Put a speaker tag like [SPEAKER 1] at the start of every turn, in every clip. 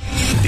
[SPEAKER 1] The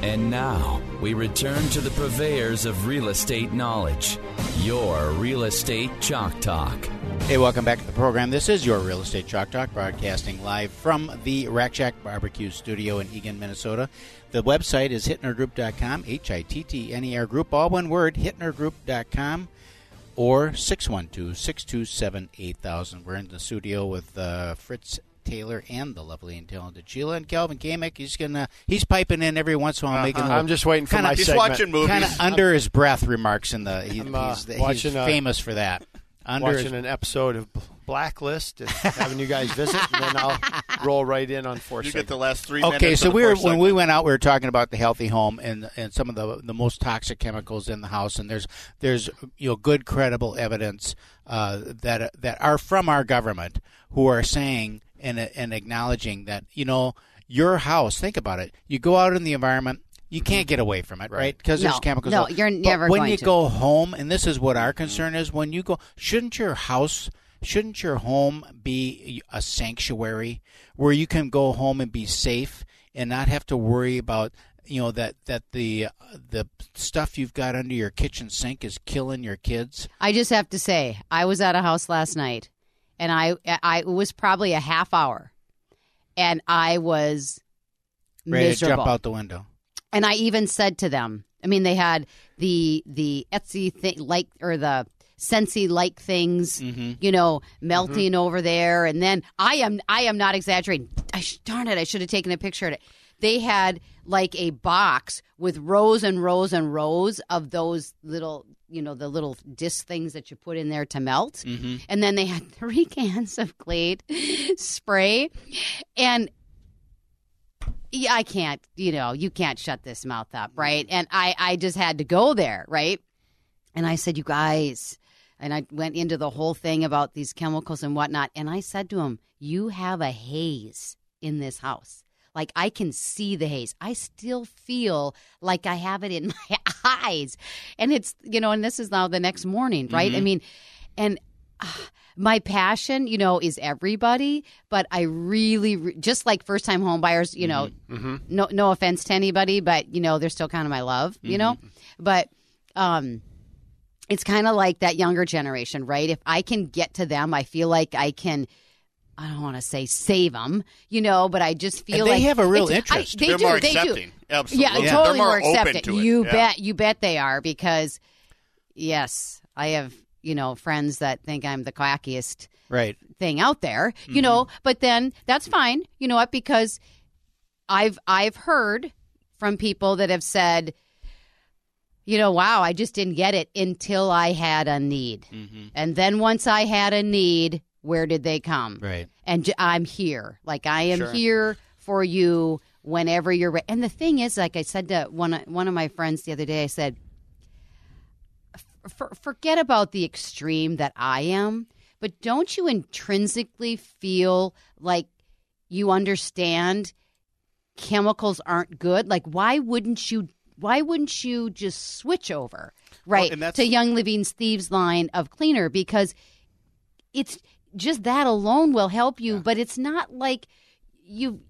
[SPEAKER 2] And now we return to the purveyors of real estate knowledge, your real estate chalk talk.
[SPEAKER 3] Hey, welcome back to the program. This is your Real Estate Chalk Talk, broadcasting live from the Rack Shack Barbecue Studio in Eagan, Minnesota. The website is hitnergroup.com, H I T T N E R Group, all one word, hitnergroup.com, or 612 627 8000. We're in the studio with uh, Fritz Taylor and the lovely and talented Sheila and Calvin Kamek. He's gonna he's piping in every once in a while, making
[SPEAKER 4] Uh, I'm just waiting for my
[SPEAKER 5] He's
[SPEAKER 4] segment.
[SPEAKER 5] watching movies.
[SPEAKER 3] kind of under his breath remarks in the he,
[SPEAKER 4] I'm, uh,
[SPEAKER 3] he's, he's
[SPEAKER 4] watching, uh,
[SPEAKER 3] famous for that. Under his
[SPEAKER 4] watching an episode of B- Blacklist and having you guys visit, and then I'll roll right in on four
[SPEAKER 5] you get
[SPEAKER 4] segments.
[SPEAKER 5] the last three minutes.
[SPEAKER 3] Okay, so
[SPEAKER 5] of the
[SPEAKER 3] we were
[SPEAKER 5] first
[SPEAKER 3] when
[SPEAKER 5] segment.
[SPEAKER 3] we went out, we were talking about the healthy home and and some of the the most toxic chemicals in the house, and there's there's you know good credible evidence uh, that that are from our government who are saying and and acknowledging that you know your house. Think about it. You go out in the environment. You can't get away from it, right? Because
[SPEAKER 6] No,
[SPEAKER 3] there's chemicals.
[SPEAKER 6] no,
[SPEAKER 3] all-
[SPEAKER 6] you're
[SPEAKER 3] But
[SPEAKER 6] never
[SPEAKER 3] when
[SPEAKER 6] going
[SPEAKER 3] you
[SPEAKER 6] to.
[SPEAKER 3] go home, and this is what our concern is: when you go, shouldn't your house, shouldn't your home be a sanctuary where you can go home and be safe and not have to worry about you know that that the the stuff you've got under your kitchen sink is killing your kids?
[SPEAKER 6] I just have to say, I was at a house last night, and I I it was probably a half hour, and I was
[SPEAKER 3] Ready to
[SPEAKER 6] miserable.
[SPEAKER 3] jump out the window.
[SPEAKER 6] And I even said to them, I mean, they had the the Etsy thing like or the Sensi like things, you know, melting over there. And then I am I am not exaggerating. I sh- darn it, I should have taken a picture of it. They had like a box with rows and rows and rows of those little, you know, the little disc things that you put in there to melt. And then they had three cans of Glade spray. And yeah, I can't, you know, you can't shut this mouth up, right? And I, I just had to go there, right? And I said, you guys, and I went into the whole thing about these chemicals and whatnot. And I said to him, you have a haze in this house. Like I can see the haze. I still feel like I have it in my eyes. And it's, you know, and this is now the next morning, right? I mean, and ah, my passion, you know, is everybody, but I really re- just like first time home buyers, you know,
[SPEAKER 3] Mm-hmm.
[SPEAKER 6] no no offense to anybody, but you know, they're still kind of my love, you know?
[SPEAKER 3] Mm-hmm.
[SPEAKER 6] But um it's kind of like that younger generation, right? If I can get to them, I feel like I can I don't want to say save them, you know, but I just feel
[SPEAKER 3] they
[SPEAKER 6] like
[SPEAKER 3] have a real
[SPEAKER 6] it's- I-
[SPEAKER 3] interest.
[SPEAKER 6] they
[SPEAKER 5] They're
[SPEAKER 6] do,
[SPEAKER 5] more
[SPEAKER 6] they do.
[SPEAKER 5] accepting. Absolutely.
[SPEAKER 6] Yeah,
[SPEAKER 5] They're
[SPEAKER 6] totally
[SPEAKER 5] more open
[SPEAKER 6] accepting.
[SPEAKER 5] to it.
[SPEAKER 6] You
[SPEAKER 5] Yeah.
[SPEAKER 6] bet, you bet they are because yes, I have, you know, friends that think I'm the quackiest
[SPEAKER 3] Right.
[SPEAKER 6] thing out there, you
[SPEAKER 5] Mm-hmm.
[SPEAKER 6] know, but then that's fine, you know what, because I've I've heard from people that have said, you know, wow, I just didn't get it until I had a need. And then once I had a need, where did they come?
[SPEAKER 3] Right.
[SPEAKER 6] And j- I'm here. Like I am here for you whenever you're ready. And the thing is, like I said to one one of my friends the other day, I said, for, forget about the extreme that I am, but don't you intrinsically feel like you understand chemicals aren't good? Like why wouldn't you why wouldn't you just switch over right
[SPEAKER 5] and that's-
[SPEAKER 6] to Young Living's Thieves line of cleaner because it's just that alone will help you, but it's not like you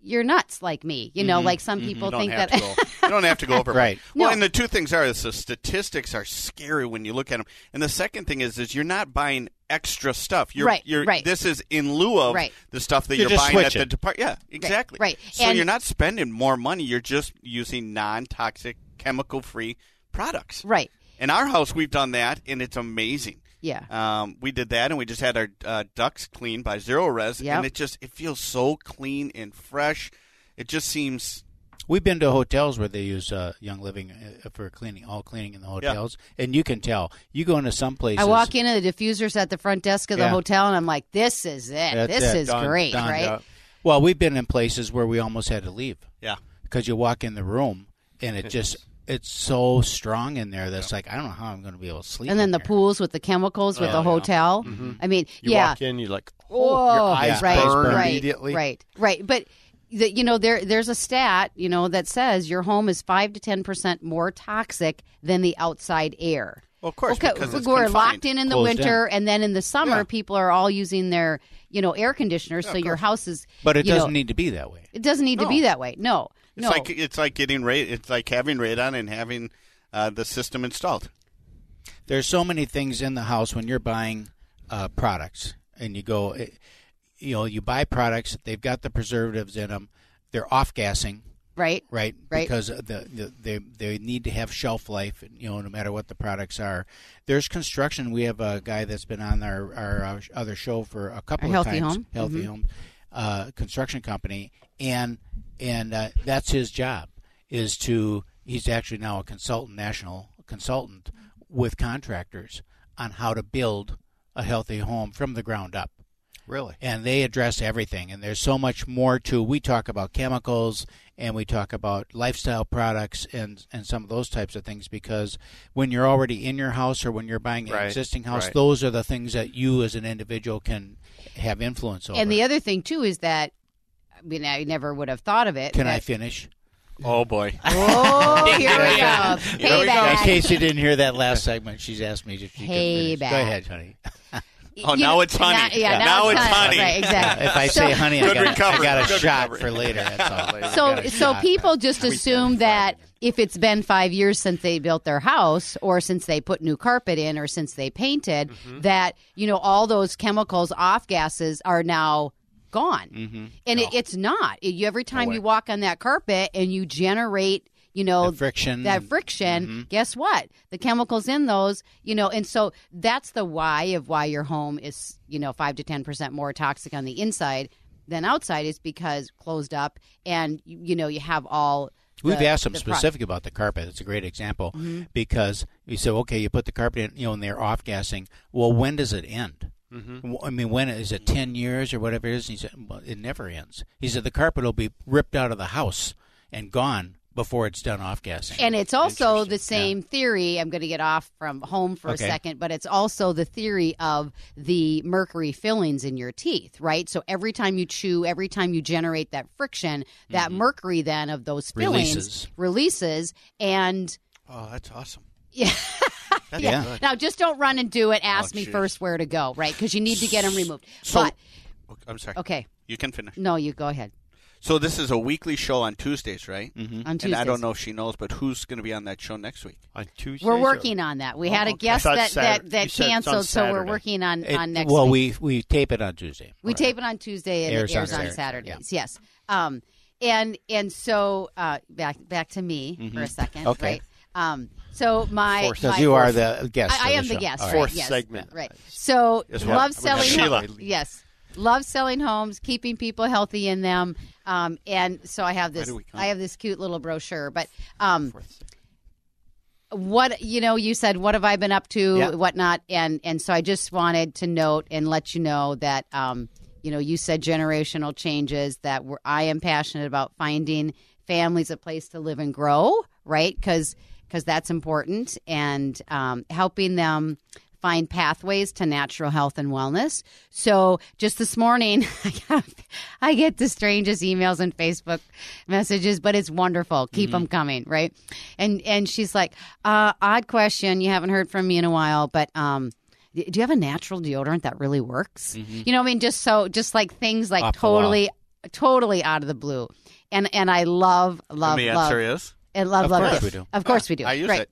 [SPEAKER 6] you're nuts like me, you know, like some people
[SPEAKER 5] You don't
[SPEAKER 6] think
[SPEAKER 5] have
[SPEAKER 6] that
[SPEAKER 5] to go. You don't have to go over.
[SPEAKER 3] Right.
[SPEAKER 5] Well,
[SPEAKER 6] No.
[SPEAKER 5] and the two things are: is the statistics are scary when you look at them, and the second thing is, is you're not buying extra stuff. You're,
[SPEAKER 6] Right,
[SPEAKER 5] You're,
[SPEAKER 6] right.
[SPEAKER 5] This is in lieu of
[SPEAKER 6] Right.
[SPEAKER 5] the stuff that
[SPEAKER 3] You're
[SPEAKER 5] you're,
[SPEAKER 3] just
[SPEAKER 5] buying at
[SPEAKER 3] switching.
[SPEAKER 5] the department. Yeah, exactly.
[SPEAKER 6] right.
[SPEAKER 5] So
[SPEAKER 6] And-
[SPEAKER 5] you're not spending more money. You're just using non-toxic, chemical-free products.
[SPEAKER 6] right.
[SPEAKER 5] In our house, we've done that, and it's amazing.
[SPEAKER 6] Yeah.
[SPEAKER 5] Um, we did that, and we just had our uh, ducks cleaned by Zero Res,
[SPEAKER 6] Yep.
[SPEAKER 5] and it just it feels so clean and fresh. It just seems
[SPEAKER 3] We've been to hotels where they use uh, Young Living uh, for cleaning, all cleaning in the hotels, and you can tell. You go into some places.
[SPEAKER 6] I walk into the diffusers at the front desk of the
[SPEAKER 3] Yeah.
[SPEAKER 6] hotel, and I'm like, "This is it.
[SPEAKER 3] That's
[SPEAKER 6] this
[SPEAKER 3] it.
[SPEAKER 6] is
[SPEAKER 3] Done.
[SPEAKER 6] great,
[SPEAKER 3] Done.
[SPEAKER 6] right?"
[SPEAKER 3] Yeah. Well, we've been in places where we almost had to leave
[SPEAKER 5] Yeah.
[SPEAKER 3] because you walk in the room and it just it's so strong in there that's like I don't know how I'm going to be able to sleep.
[SPEAKER 6] And
[SPEAKER 3] in
[SPEAKER 6] then the
[SPEAKER 3] here.
[SPEAKER 6] pools with the chemicals with the hotel. I mean,
[SPEAKER 4] You
[SPEAKER 6] yeah.
[SPEAKER 4] walk in, you're like, oh, your
[SPEAKER 6] Oh,
[SPEAKER 4] eyes
[SPEAKER 6] right,
[SPEAKER 4] burn
[SPEAKER 6] right,
[SPEAKER 4] immediately.
[SPEAKER 6] Right, right. But the, you know, there there's a stat you know that says your home is five to ten percent more toxic than the outside air.
[SPEAKER 5] Well, of course,
[SPEAKER 6] Okay,
[SPEAKER 5] because it's
[SPEAKER 6] we're
[SPEAKER 5] confined.
[SPEAKER 6] locked in in the
[SPEAKER 3] Closed
[SPEAKER 6] winter, and then in the summer,
[SPEAKER 5] Yeah.
[SPEAKER 6] people are all using their you know air conditioners, so your house is.
[SPEAKER 3] But it
[SPEAKER 6] you know,
[SPEAKER 3] doesn't need to be that way.
[SPEAKER 6] It doesn't need to be that way. No,
[SPEAKER 5] It's
[SPEAKER 6] no.
[SPEAKER 5] like it's like getting ra- It's like having radon and having uh, the system installed.
[SPEAKER 3] There's so many things in the house when you're buying uh, products and you go, eh, you know, you buy products. They've got the preservatives in them. They're off gassing.
[SPEAKER 6] right.
[SPEAKER 3] right?
[SPEAKER 6] Right.
[SPEAKER 3] Because the, the they they need to have shelf life, you know, no matter what the products are. There's construction. We have a guy that's been on our our uh, other show for a couple
[SPEAKER 6] Our
[SPEAKER 3] of
[SPEAKER 6] Healthy
[SPEAKER 3] times.
[SPEAKER 6] Home.
[SPEAKER 3] Healthy
[SPEAKER 4] Mm-hmm.
[SPEAKER 3] home, uh, construction company, and and uh, that's his job is to he's actually now a consultant, national consultant with contractors on how to build a healthy home from the ground up
[SPEAKER 4] Really?
[SPEAKER 3] and they address everything and there's so much more to we talk about chemicals and we talk about lifestyle products and and some of those types of things because when you're already in your house or when you're buying an
[SPEAKER 4] Right,
[SPEAKER 3] existing house
[SPEAKER 4] right.
[SPEAKER 3] those are the things that you as an individual can have influence over
[SPEAKER 6] And the other thing too is that I mean I never would have thought of it.
[SPEAKER 3] can
[SPEAKER 6] but-
[SPEAKER 3] I finish?
[SPEAKER 5] Oh boy!
[SPEAKER 6] Oh, here we
[SPEAKER 5] Here
[SPEAKER 6] go.
[SPEAKER 5] we go.
[SPEAKER 3] In
[SPEAKER 6] Payback.
[SPEAKER 3] case you didn't hear that last segment, she's asked me if she could finish.
[SPEAKER 6] Payback.
[SPEAKER 3] Go ahead, honey.
[SPEAKER 5] Oh, now it's honey.
[SPEAKER 6] Now, yeah,
[SPEAKER 5] Yeah.
[SPEAKER 6] now,
[SPEAKER 5] Now
[SPEAKER 6] it's,
[SPEAKER 5] it's honey.
[SPEAKER 6] Right, exactly.
[SPEAKER 3] If I
[SPEAKER 6] So-
[SPEAKER 3] say honey, I
[SPEAKER 5] Good
[SPEAKER 3] got, I
[SPEAKER 5] recovery,
[SPEAKER 3] got a
[SPEAKER 5] good
[SPEAKER 3] shot
[SPEAKER 5] recovery.
[SPEAKER 3] for later. That's all.
[SPEAKER 6] So,
[SPEAKER 3] Got a
[SPEAKER 6] so
[SPEAKER 3] shot.
[SPEAKER 6] people just assume that if it's been five years since they built their house, or since they put new carpet in, or since they painted, that you know all those chemicals, off gases, are now gone, and it, it's not. It- you, every time you walk on that carpet and you generate, you know,
[SPEAKER 3] The friction
[SPEAKER 6] that
[SPEAKER 3] and-
[SPEAKER 6] friction. Guess what? The chemicals in those, you know, and so that's the why of why your home is, you know, five to ten percent more toxic on the inside than outside is because closed up and you you know you have all. the-
[SPEAKER 3] We've asked them
[SPEAKER 6] the pro-
[SPEAKER 3] specific about the carpet. It's a great example
[SPEAKER 6] Mm-hmm.
[SPEAKER 3] because we said, okay, you put the carpet in, you know, and they're off gassing. Well, when does it end? W- I mean, when is it? Ten years or whatever it is? And he said, well, it never ends. He said the carpet will be ripped out of the house and gone before it's done off gassing.
[SPEAKER 6] And it's also the same theory. I'm going to get off from home for
[SPEAKER 3] Okay.
[SPEAKER 6] a second, but it's also the theory of the mercury fillings in your teeth, right? So every time you chew, every time you generate that friction, that mercury then of those fillings
[SPEAKER 3] Mm-hmm. Releases.
[SPEAKER 6] releases and
[SPEAKER 5] Oh, that's awesome.
[SPEAKER 3] yeah.
[SPEAKER 6] Now, just don't run and do it.
[SPEAKER 3] Oh,
[SPEAKER 6] Ask me first where to go, right? Because you need to get them removed. but
[SPEAKER 5] Okay, I'm sorry.
[SPEAKER 6] okay,
[SPEAKER 5] You can finish.
[SPEAKER 6] no, you go ahead
[SPEAKER 5] So this is a weekly show on Tuesdays, right? Mm-hmm.
[SPEAKER 6] on
[SPEAKER 5] And
[SPEAKER 6] Tuesday.
[SPEAKER 5] I don't know if she knows, but who's going to be on that show next week?
[SPEAKER 4] On Tuesday.
[SPEAKER 6] We're working on that. We had a guest
[SPEAKER 4] I thought
[SPEAKER 6] that, that
[SPEAKER 4] Saturday. You
[SPEAKER 6] that
[SPEAKER 4] said it's on
[SPEAKER 6] canceled, so we're
[SPEAKER 4] Saturday.
[SPEAKER 6] working on
[SPEAKER 3] Oh, It-
[SPEAKER 6] on next.
[SPEAKER 3] well,
[SPEAKER 6] week.
[SPEAKER 3] we we tape it on Tuesday.
[SPEAKER 6] We tape it on Tuesday and
[SPEAKER 3] Airs
[SPEAKER 6] it
[SPEAKER 3] on
[SPEAKER 6] airs on,
[SPEAKER 3] Saturday,
[SPEAKER 6] Saturdays. Yes. Um, and and so uh, back back to me for a second,
[SPEAKER 3] Mm-hmm. Okay.
[SPEAKER 6] right? Um, so my
[SPEAKER 3] Because
[SPEAKER 6] my
[SPEAKER 3] you are
[SPEAKER 6] fourth-
[SPEAKER 3] the guest.
[SPEAKER 6] I, I
[SPEAKER 3] of
[SPEAKER 6] am the
[SPEAKER 3] show.
[SPEAKER 6] guest.
[SPEAKER 3] All
[SPEAKER 6] right,
[SPEAKER 3] right.
[SPEAKER 4] Fourth
[SPEAKER 6] yes,
[SPEAKER 4] segment.
[SPEAKER 6] Right. So
[SPEAKER 4] what-
[SPEAKER 6] love selling
[SPEAKER 4] Sheila.
[SPEAKER 6] homes. Yes. Love selling homes, keeping people healthy in them. Um, and so I have this I have this cute little brochure, but um, what you know, you said what have I been up to,
[SPEAKER 3] Yeah.
[SPEAKER 6] whatnot, and and so I just wanted to note and let you know that um, you know, you said generational changes that were, I am passionate about finding families a place to live and grow, right? Because that's important and um, helping them find pathways to natural health and wellness. So just this morning, I got, I get the strangest emails and Facebook messages, but it's wonderful.
[SPEAKER 3] Mm-hmm.
[SPEAKER 6] Keep them coming, right? And and she's like, uh, odd question. You haven't heard from me in a while, but um, do you have a natural deodorant that really works? You know, what I mean, just so just like things like
[SPEAKER 3] Mm-hmm. Off the wall.
[SPEAKER 6] totally, totally out of the blue. And and I love love
[SPEAKER 5] and the
[SPEAKER 6] love.
[SPEAKER 5] answer is
[SPEAKER 6] And love,
[SPEAKER 3] Of
[SPEAKER 6] love
[SPEAKER 3] course
[SPEAKER 6] this.
[SPEAKER 3] we do.
[SPEAKER 6] Of course we do.
[SPEAKER 5] I use
[SPEAKER 6] right.
[SPEAKER 5] it.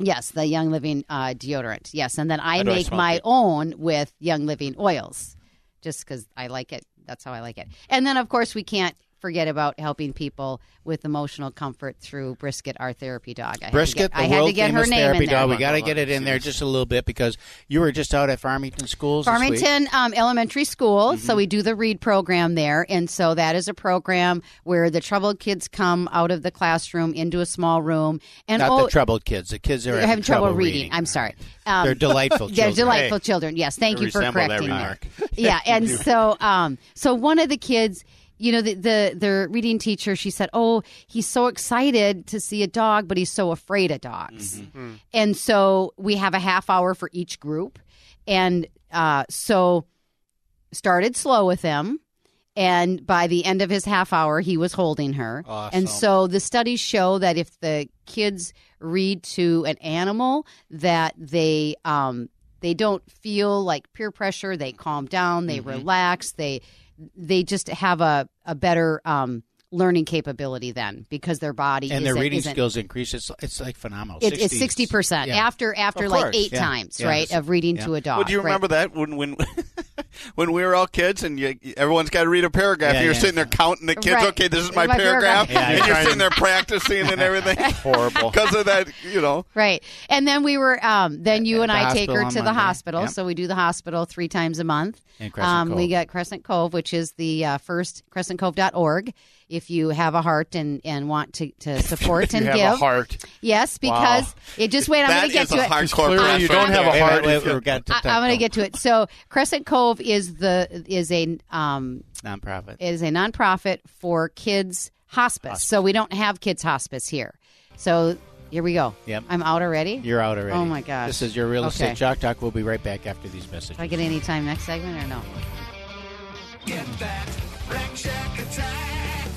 [SPEAKER 6] Yes, the Young Living uh, deodorant. Yes, and then I
[SPEAKER 5] do I
[SPEAKER 6] make
[SPEAKER 5] smell
[SPEAKER 6] my
[SPEAKER 5] good?
[SPEAKER 6] own with Young Living oils, just because I like it. That's how I like it. And then, of course, we can't forget about helping people with emotional comfort through Brisket, our therapy dog. I had to
[SPEAKER 3] Brisket,
[SPEAKER 6] get-
[SPEAKER 3] the
[SPEAKER 6] I had
[SPEAKER 3] world
[SPEAKER 6] to get her
[SPEAKER 3] famous
[SPEAKER 6] name
[SPEAKER 3] therapy
[SPEAKER 6] in there.
[SPEAKER 3] dog. We got to get it in there just a little bit because you were just out at Farmington Schools. this week. Mm-hmm.
[SPEAKER 6] Farmington um, Elementary School. So we do the read program there, and so that is a program where the troubled kids come out of the classroom into a small room and
[SPEAKER 3] Not
[SPEAKER 6] oh,
[SPEAKER 3] the troubled kids. The kids that are
[SPEAKER 6] they're having trouble, reading. I'm sorry. Um,
[SPEAKER 3] They're delightful.
[SPEAKER 6] They're
[SPEAKER 3] children.
[SPEAKER 6] delightful children. Yes, thank
[SPEAKER 5] They
[SPEAKER 6] you for
[SPEAKER 5] resemble that
[SPEAKER 6] correcting me.
[SPEAKER 5] remark.
[SPEAKER 6] Yeah, and so um, so one of the kids you know, the, the the reading teacher, she said, "Oh, he's so excited to see a dog, but he's so afraid of dogs."
[SPEAKER 3] Hmm.
[SPEAKER 6] And so we have a half hour for each group, and uh, so started slow with him. And by the end of his half hour, he was holding her. And so the studies show that if the kids read to an animal, that they um, they don't feel like peer pressure. They calm down. They
[SPEAKER 3] Mm-hmm.
[SPEAKER 6] relax. They they just have a a better um, learning capability then because their body
[SPEAKER 3] and their
[SPEAKER 6] isn't-
[SPEAKER 3] reading
[SPEAKER 6] isn't-
[SPEAKER 3] skills increase. It's it's like phenomenal.
[SPEAKER 6] It, it's sixty percent
[SPEAKER 3] Yeah.
[SPEAKER 6] after after
[SPEAKER 3] Of
[SPEAKER 6] like
[SPEAKER 3] course,
[SPEAKER 6] eight
[SPEAKER 3] yeah.
[SPEAKER 6] times
[SPEAKER 3] Yeah.
[SPEAKER 6] right of reading to a dog.
[SPEAKER 5] Well, do you
[SPEAKER 6] right?
[SPEAKER 5] remember that when when when we were all kids and you, everyone's got to read a paragraph?
[SPEAKER 3] Yeah,
[SPEAKER 5] you're
[SPEAKER 3] yeah.
[SPEAKER 5] sitting there counting the kids.
[SPEAKER 6] Right.
[SPEAKER 5] Okay, this is my,
[SPEAKER 6] My paragraph.
[SPEAKER 5] paragraph,
[SPEAKER 3] Yeah,
[SPEAKER 5] and
[SPEAKER 3] you're
[SPEAKER 5] you're
[SPEAKER 3] trying
[SPEAKER 5] sitting there practicing and everything.
[SPEAKER 4] Horrible.
[SPEAKER 5] because of that, you know.
[SPEAKER 6] Right. And then we were, um, then you and
[SPEAKER 3] the
[SPEAKER 6] I take her
[SPEAKER 3] hospital
[SPEAKER 6] to
[SPEAKER 3] on
[SPEAKER 6] the
[SPEAKER 3] Monday.
[SPEAKER 6] hospital.
[SPEAKER 3] Yep.
[SPEAKER 6] So we do the hospital three times a month.
[SPEAKER 3] And Crescent
[SPEAKER 6] um, We
[SPEAKER 3] Cove.
[SPEAKER 6] got Crescent Cove, which is the uh, first crescentcove.org. If you have a heart and, and want to, to support
[SPEAKER 4] You
[SPEAKER 6] and
[SPEAKER 4] have
[SPEAKER 6] give.
[SPEAKER 4] a heart.
[SPEAKER 6] Yes, because it just wait, I'm
[SPEAKER 5] That
[SPEAKER 6] going to get
[SPEAKER 5] is a
[SPEAKER 6] to it.
[SPEAKER 5] hardcore.
[SPEAKER 4] Clearly you
[SPEAKER 5] crossword
[SPEAKER 4] don't have a
[SPEAKER 5] there.
[SPEAKER 4] heart.
[SPEAKER 3] Wait,
[SPEAKER 4] if
[SPEAKER 3] wait,
[SPEAKER 4] you-
[SPEAKER 3] we've got to
[SPEAKER 6] I, I'm going to get to it. So Crescent Cove is the is a um,
[SPEAKER 3] nonprofit.
[SPEAKER 6] is a nonprofit for kids hospice. So we don't have kids hospice here. So here we go.
[SPEAKER 3] Yep.
[SPEAKER 6] I'm out already.
[SPEAKER 3] You're out already.
[SPEAKER 6] Oh my gosh.
[SPEAKER 3] This is your real
[SPEAKER 6] Okay.
[SPEAKER 3] estate chalk talk. We'll be right back after these messages.
[SPEAKER 6] Do I get any time next segment or no?